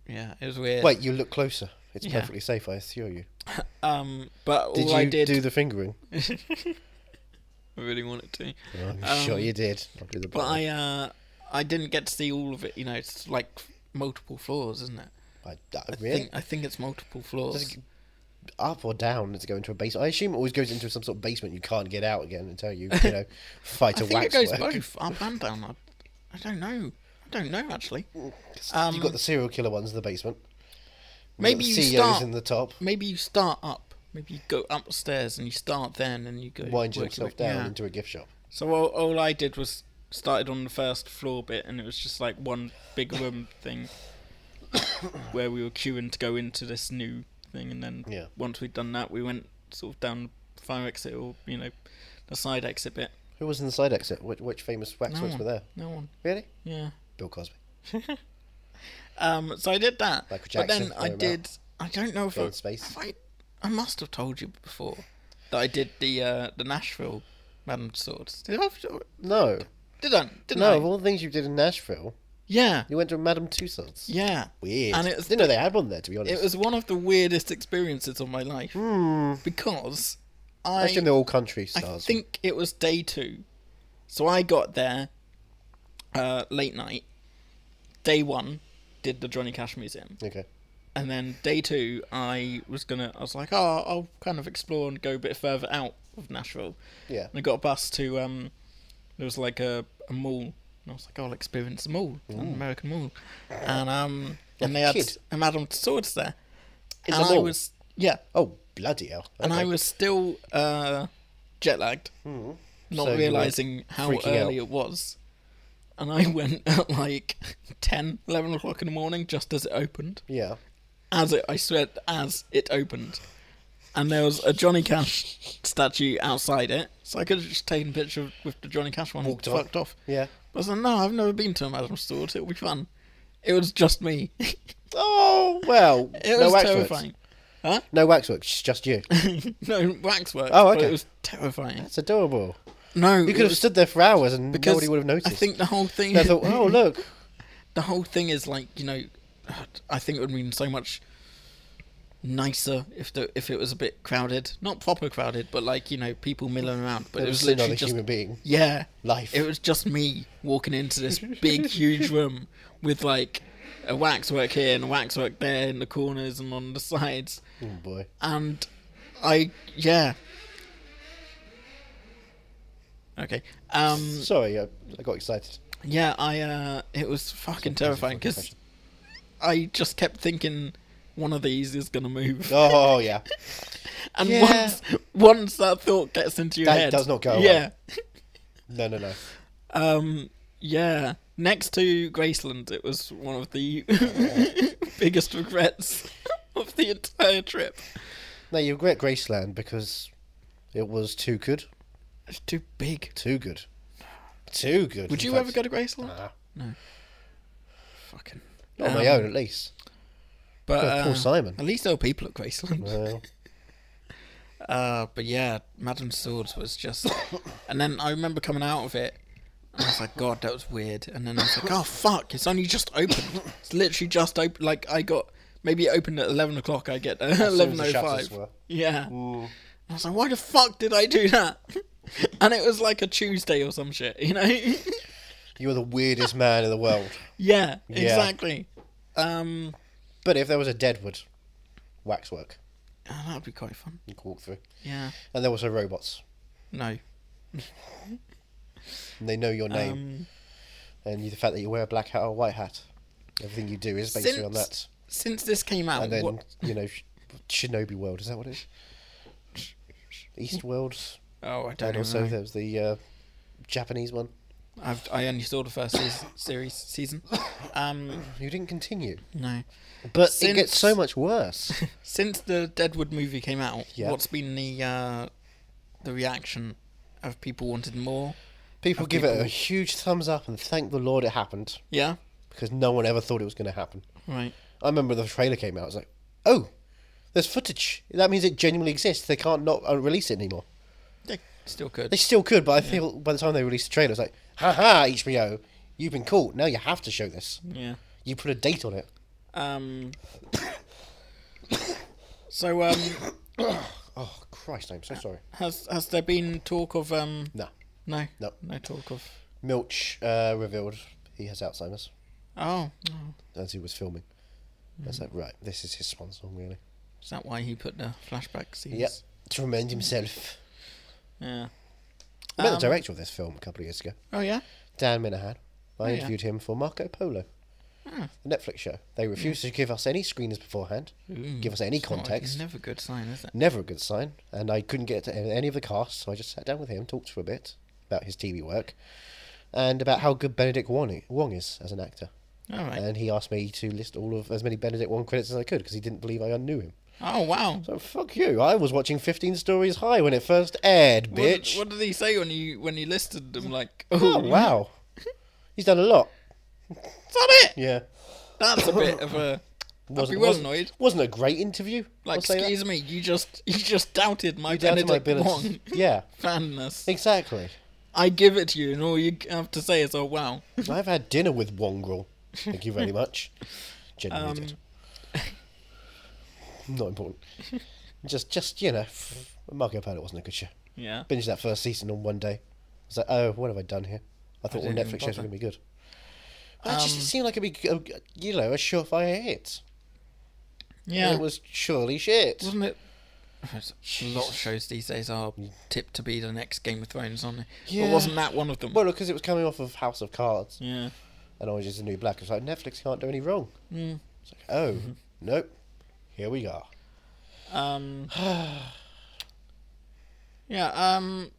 Yeah, it was weird. Wait, you look closer. It's Yeah. perfectly safe. I assure you. um, but all Did I you did, do the fingering? I really wanted to. I'm sure you did. I'll do the But blind. Um, I uh I didn't get to see all of it. You know, it's like multiple floors, isn't it? I, I really think I think it's multiple floors. Does it up or down to go into a basement. I assume it always goes into some sort of basement you can't get out again until you, you know, fight I a think it waxwork. goes both up and down. I, I don't know. I don't know actually. Um, You've got the serial killer ones in the basement. You've got maybe the you CEOs start. in the top. Maybe you start up. Maybe you go upstairs and you start then, and you go work Wind your yourself way- down yeah. into a gift shop. So all, all I did was started on the first floor bit, and it was just like one big room thing where we were queuing to go into this new thing, and then Yeah. once we'd done that, we went sort of down the fire exit or you know the side exit bit. Who was in the side exit? Which, which famous waxworks one. were there? No one. Really? Yeah. Bill Cosby. Um. So I did that, Michael but then Jackson, I throw 'em did. I don't know if Go I, in space. if I, I must have told you before that I did the uh, the Nashville Madam Swords. Did I? No. Did I? Didn't No, I? of all the things you did in Nashville, yeah. you went to a Madame Tussauds. Yeah. Weird. And it was Didn't know they had one there, to be honest. It was one of the weirdest experiences of my life because I I assume they're all country I stars. right? think it was day two, so I got there uh, late night. Day one, did the Johnny Cash Museum, Okay. and then day two, I was gonna. I was like, oh, I'll kind of explore and go a bit further out of Nashville. Yeah. And I got a bus to um, there was like a, a mall, and I was like, "Oh, I'll experience the mall, an American mall, and um, and they had Mm. Kid. a Madame Tussauds there, In and the I mall? was yeah. Oh, Bloody hell. And I Okay. Hmm. was still uh, jet lagged, not So you were realizing how freaking early out. it was. And I went at like 10, 11 o'clock in the morning just as it opened. Yeah. As it, I swear, as it opened. And there was a Johnny Cash statue outside it. So I could have just taken a picture of- with the Johnny Cash one Walked and off. fucked off. Yeah. I was like, no, I've never been to a Madame Stewart. It'll be fun. It was just me. it Oh well. no was waxworks. terrifying. No waxworks. It's just you. No waxwork. Oh, But okay. it was terrifying. It's adorable. No, You could have stood there for hours and because nobody would have noticed. I think the whole thing. they thought, "Oh look, the whole thing is like you know, I think it would have been so much nicer if the if it was a bit crowded, not proper crowded, but like you know people milling around. But There it was was still not literally a just human being. Yeah, Life. It was just me walking into this big huge room with like a waxwork here and a waxwork there in the corners and on the sides, oh boy." and I yeah. Okay. Um. Sorry, I, I got excited. Yeah, I uh it was fucking terrifying because I just kept thinking one of these is gonna move, Oh yeah, and yeah. once once that thought gets into your That head, does not go away. Yeah, no, no, no. um, yeah. Next to Graceland, it was one of the biggest regrets of the entire trip. No, you regret Graceland because it was too good, It's too big. too good, too good. Would in you fact. ever go to Graceland? Nah. No. Fucking. Not on my Um, own, at least. But Well, Paul uh, Simon. At least there were people at Graceland. Well, Uh, but yeah, Madame Swords was just. and then I remember coming out of it, and I was like, God, that was weird. And then I was like, oh, fuck, it's only just opened. It's literally just open. Like, I got. Maybe it opened at 11 o'clock, I get there. soon as the shutters 11.05. were. Yeah. And I was like, why the fuck did I do that? and it was like a Tuesday or some shit, you know? you were the weirdest man in the world. yeah, exactly. Um, But if there was a Deadwood waxwork, oh, that would be quite fun. you could walk through, Yeah. and there was a robots, No. and they know your name, Um, and the fact that you wear a black hat or a white hat, everything you do is based on that. since, since this came out, And then what- you know, Sh- Shinobi World is that what it is? East World, oh, I don't and even also know. there was the uh, Japanese one. I've, I only saw the first season, series season. Um, You didn't continue, no, but it Since- gets so much worse. since the Deadwood movie came out, Yeah. what's been the uh, the reaction of people wanted more? People Of give it a people- huge thumbs up and thank the Lord it happened Yeah, because no one ever thought it was going to happen. right. I remember the trailer came out. I was like, "Oh, there's footage. That means it genuinely exists. They can't not uh, release it anymore. They still They could. still could, but I feel by the time they released the trailer, it's like, haha, HBO, you've been caught. Now you have to show this. Yeah. You put a date on it. Um. so um, Oh Christ, I'm so sorry. has has there been talk of um? No, No. No. No talk of. Milch uh, revealed he has Alzheimer's Oh, oh. as he was filming. I was like, right, this is his swan song, really. is that why he put the flashback scenes? Yep, to remind himself. Yeah. I met the Um, director of this film a couple of years ago. Oh yeah. Dan Minahan. I Oh, yeah. Hmm. interviewed him for Marco Polo, the Netflix show. They refused to give us any screeners beforehand, give us any Oh, It's not- context. Never a good sign, is it? Never a good sign. And I couldn't get to any of the cast, so I just sat down with him, talked for a bit about his TV work, and about how good Benedict Wong i- Wong is as an actor. All right. And he asked me to list all of as many Benedict Wong credits as I could because he didn't believe I unknew him. Oh wow. So fuck you. I was watching 15 Stories High when it first aired, What did- bitch. What, did he say when you when you listed them? Like, Oh, wow. He's done a lot. is that it? Yeah. That's a bit of a. I'd be well wasn't, annoyed. wasn't a great interview. Like, I'll say that. excuse me, you just you just doubted my Down to my Benedict Wong ability. Yeah, fanness. exactly. I give it to you, and all you have to say is, "Oh wow." I've had dinner with Wongrel. Thank you very much. Genuinely Um, did. Not important. Just, just you know, Marco Polo wasn't a good show. Yeah. Binged that first season on one day. I was like, oh, what have I done here? I thought all didn't even Netflix shows bother. were Um, going to be good. But it just seemed like it'd be, g- a- you know, a surefire hit. yeah. It was surely shit. Wasn't it? A lot of shows these days are tipped to be the next Game of Thrones, aren't they? Yeah. But wasn't that one of them? Well, because it was coming off of House of Cards. yeah. and Orange is the New Black. It's Mm. Mm-hmm. like Netflix can't do any wrong. It's like, oh, nope, here we are. Um, yeah. Um,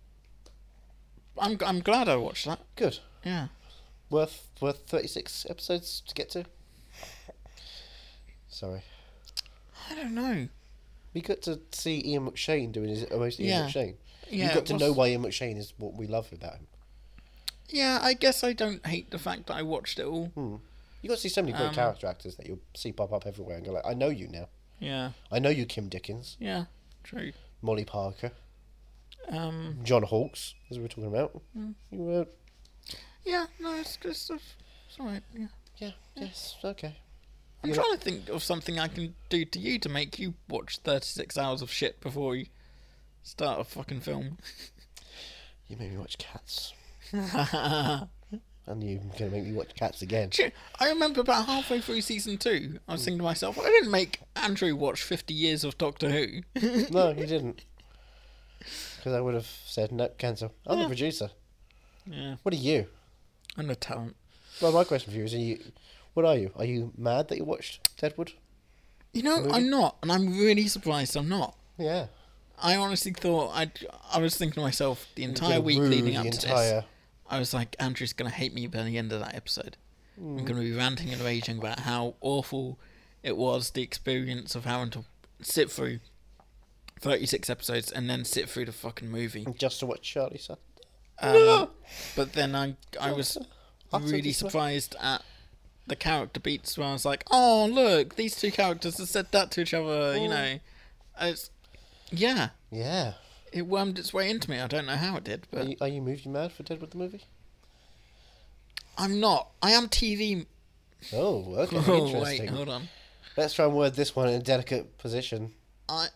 I'm I'm glad I watched that. Good. Yeah. Worth worth thirty six episodes to get to. Sorry. I don't know. We got to see Ian McShane doing his almost Ian Yeah. McShane. Yeah, you got it to was- know why Ian McShane is what we love about him. Yeah, I guess I don't hate the fact that I watched it all. You got to see so many great Um, character actors that you'll see pop up everywhere and go like, I know you now. Yeah. I know you, Kim Dickens, Yeah. True. Molly Parker, Um. Hmm. John Hawkes, as we were talking about. You were, Yeah. No, it's just. It's alright. Yeah. yeah, yes, okay. I'm You trying to think of something I can do to you to make you watch 36 hours of shit before you start a fucking film. You made me watch Cats, and you're gonna make me watch Cats again. Do you- I remember about halfway through season two, I was thinking to myself, well, I didn't make Andrew watch 50 years of Doctor Who. no, you didn't, because I would have said no, cancel. I'm the producer. Yeah. What are you? I'm a talent. Well, my question for you is: Are you? What are you? Are you mad that you watched Deadwood? You know, I'm not, and I'm really surprised I'm not. Yeah. I honestly thought I, I was thinking to myself the entire gonna week rue leading the up to this. entire- I was like, Andrew's gonna hate me by the end of that episode. Hmm. I'm gonna be ranting and raging about how awful it was the experience of having to sit through 36 episodes and then sit through the fucking movie. Just to watch Charlie Sutton. Um, but then I I was Utterly really swear- surprised at the character beats where I was like, oh look, these two characters have said that to each other. Oh. You know, it's yeah, Yeah. it wormed its way into me. I don't know how it did, Are but you, are you moved you mad for Deadwood the movie? I'm not. I am TV. Oh, okay, Oh interesting. wait, hold on. Let's try and word this one in a delicate position. I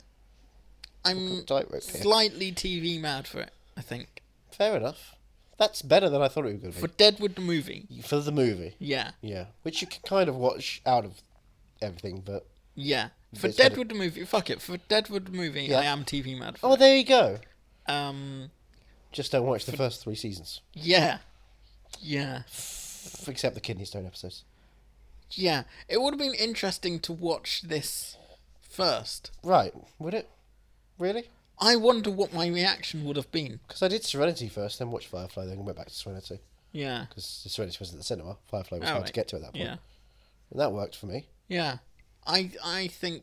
I'm Tightrope here. slightly TV mad for it. I think Fair enough. That's better than I thought it was going to for be Deadwood the movie. for, the movie. Yeah, Yeah, which you can kind of watch out of everything, but yeah. For It's better- Deadwood the movie, fuck it. For Deadwood the movie, Yeah. I am TV mad for. oh, there you go. it. Um, Just don't watch the first three seasons, yeah, yeah. f- except the kidney stone episodes. Yeah, it would have been interesting to watch this first. Right? Would it? Really? I wonder what my reaction would have been. Because I did Serenity first, then watched Firefly, then went back to Serenity Yeah. because Serenity wasn't at the cinema. Firefly was Oh, hard right. to get to at that point, Yeah. and that worked for me. Yeah. I I think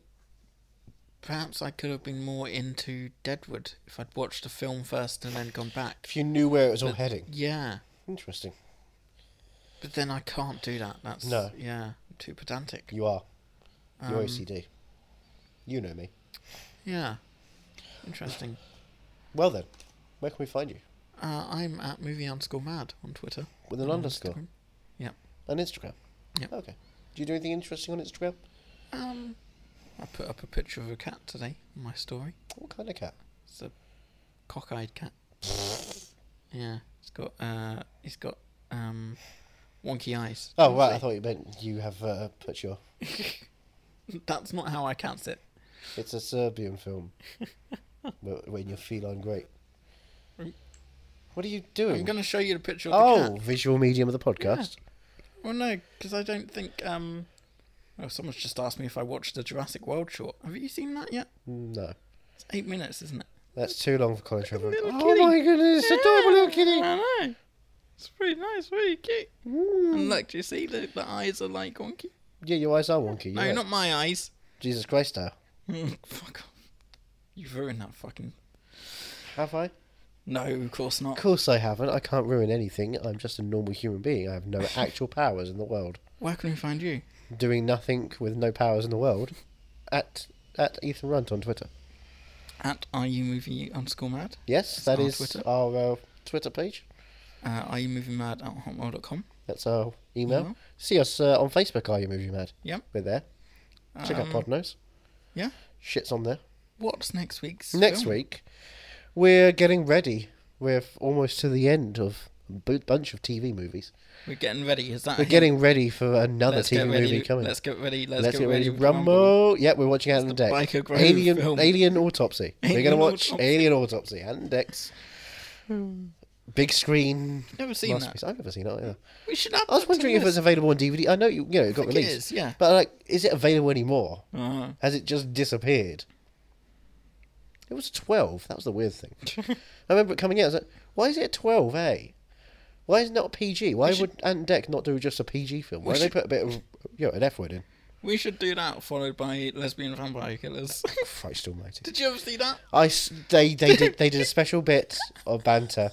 perhaps I could have been more into Deadwood if I'd watched the film first and then gone back. If you knew where it was all heading, Yeah. interesting. But then I can't do that. That's No. yeah, I'm too pedantic. You are. Um, You're OCD. You know me. Yeah. Interesting. Well then, where can we find you? Uh, I'm at movie underscore mad on Twitter. With an underscore. Yeah. On Instagram. Yep. Okay. Do you do anything interesting on Instagram? Um I put up a picture of a cat today in my story. What kind of cat? It's a cockeyed cat. yeah, it's got uh, it's got um, wonky eyes. Oh right, I thought you meant you have uh, put your. That's not how I count it. It's a Serbian film. Wh- when you're feline great. What are you doing? Mm. I'm gonna show you the picture of the oh, cat. visual medium of the podcast. Well, no, because I don't think um. Oh, someone's just asked me if I watched the Jurassic World short. Have you seen that yet? No, It's eight minutes, isn't it? that's too long for Colin Trevor. little Oh kitty. my goodness, adorable little kitty. I know. It's pretty nice, really cute. And look, do you see the, the eyes are like wonky? Yeah, your eyes are wonky. No, you're right. not my eyes. Jesus Christ style. Fuck off. You ruined that fucking. Have I? No, of course not. Of course I haven't. I can't ruin anything. I'm just a normal human being. I have no actual powers in the world. Where can we find you? Doing nothing with no powers in the world. At at Ethan Runt on Twitter. At are you movie underscore mad? Yes, that our is Twitter. our uh, Twitter page. Uh, are you movie mad at hotmail.com? That's our email. Email. See us uh, on Facebook. Are you movie mad? Yep. We're there. Check Um, out Podnose. Yeah. Shit's on there. What's next week's? Next film? week, we're getting ready. We're f- almost to the end of a bu- bunch of TV movies. We're getting ready. Is that We're it? getting ready for another Let's TV get ready, movie coming. Let's get ready. Let's, Let's, get ready. for Rumble. Yeah, we're watching Ant and the Dex. Biker Grove Alien, film. Alien Autopsy. we're Alien going to watch Autopsy. Hmm. Alien Autopsy. Ant and Dex. Big screen. Never seen that. masterpiece. I've never seen it either. We should. Add I was wondering if it's available on DVD. I know you, you know, it got think it released. is, yeah. But like, is it available anymore? Uh-huh. Has it just disappeared? It was a 12. That was the weird thing. I remember it coming out. I was like, why is it a 12A? Why is it not a PG? Why would Ant and Deck not do just a PG film? we Why should- they put a bit of you know, an F word in? We should do that, followed by lesbian vampire killers. Christ almighty. Did you ever see that? I s- they they did they did a special bit of banter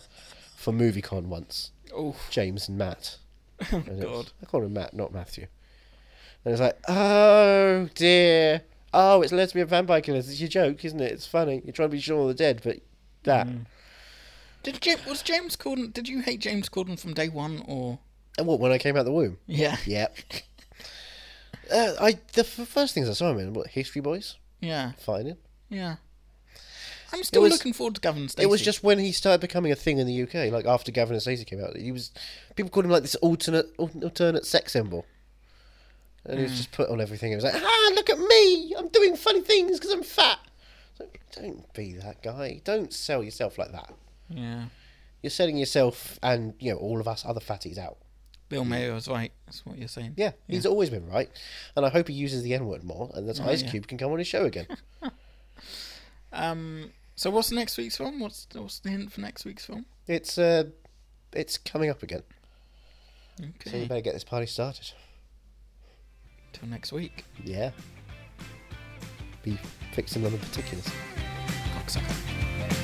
for MovieCon once. Oh, James and Matt. And it was- God. I called him Matt, not Matthew. And it's like, oh dear, oh it's lesbian vampire killers. It's your joke, isn't it? It's funny. You're trying to be Shaun of the Dead, but that. Did James, was James Corden? Did you hate James Corden from day one, or And what when I came out the womb? yeah, Yep. uh, I the f- first things I saw him in what History Boys yeah, fighting. yeah? I'm still was- looking forward to Gavin Stacey. It was just when he started becoming a thing in the UK, like after Gavin and Stacey came out. He was people called him like this alternate al- alternate sex symbol, and he was just put on everything. It was like, ah, look at me, I'm doing funny things because I'm fat. It's like, Don't be that guy. Don't sell yourself like that. yeah. You're selling yourself and you know all of us other fatties out. Bill Mayer was right. That's what you're saying. Yeah, he's always been right, and I hope he uses the N word more, and that Ice yeah. Cube can come on his show again. Um. So what's next week's film? What's what's the hint for next week's film? it's uh, it's coming up again, so you Okay. better get this party started. Till next week. Yeah. Be fixing on the particulars. Cocksucker.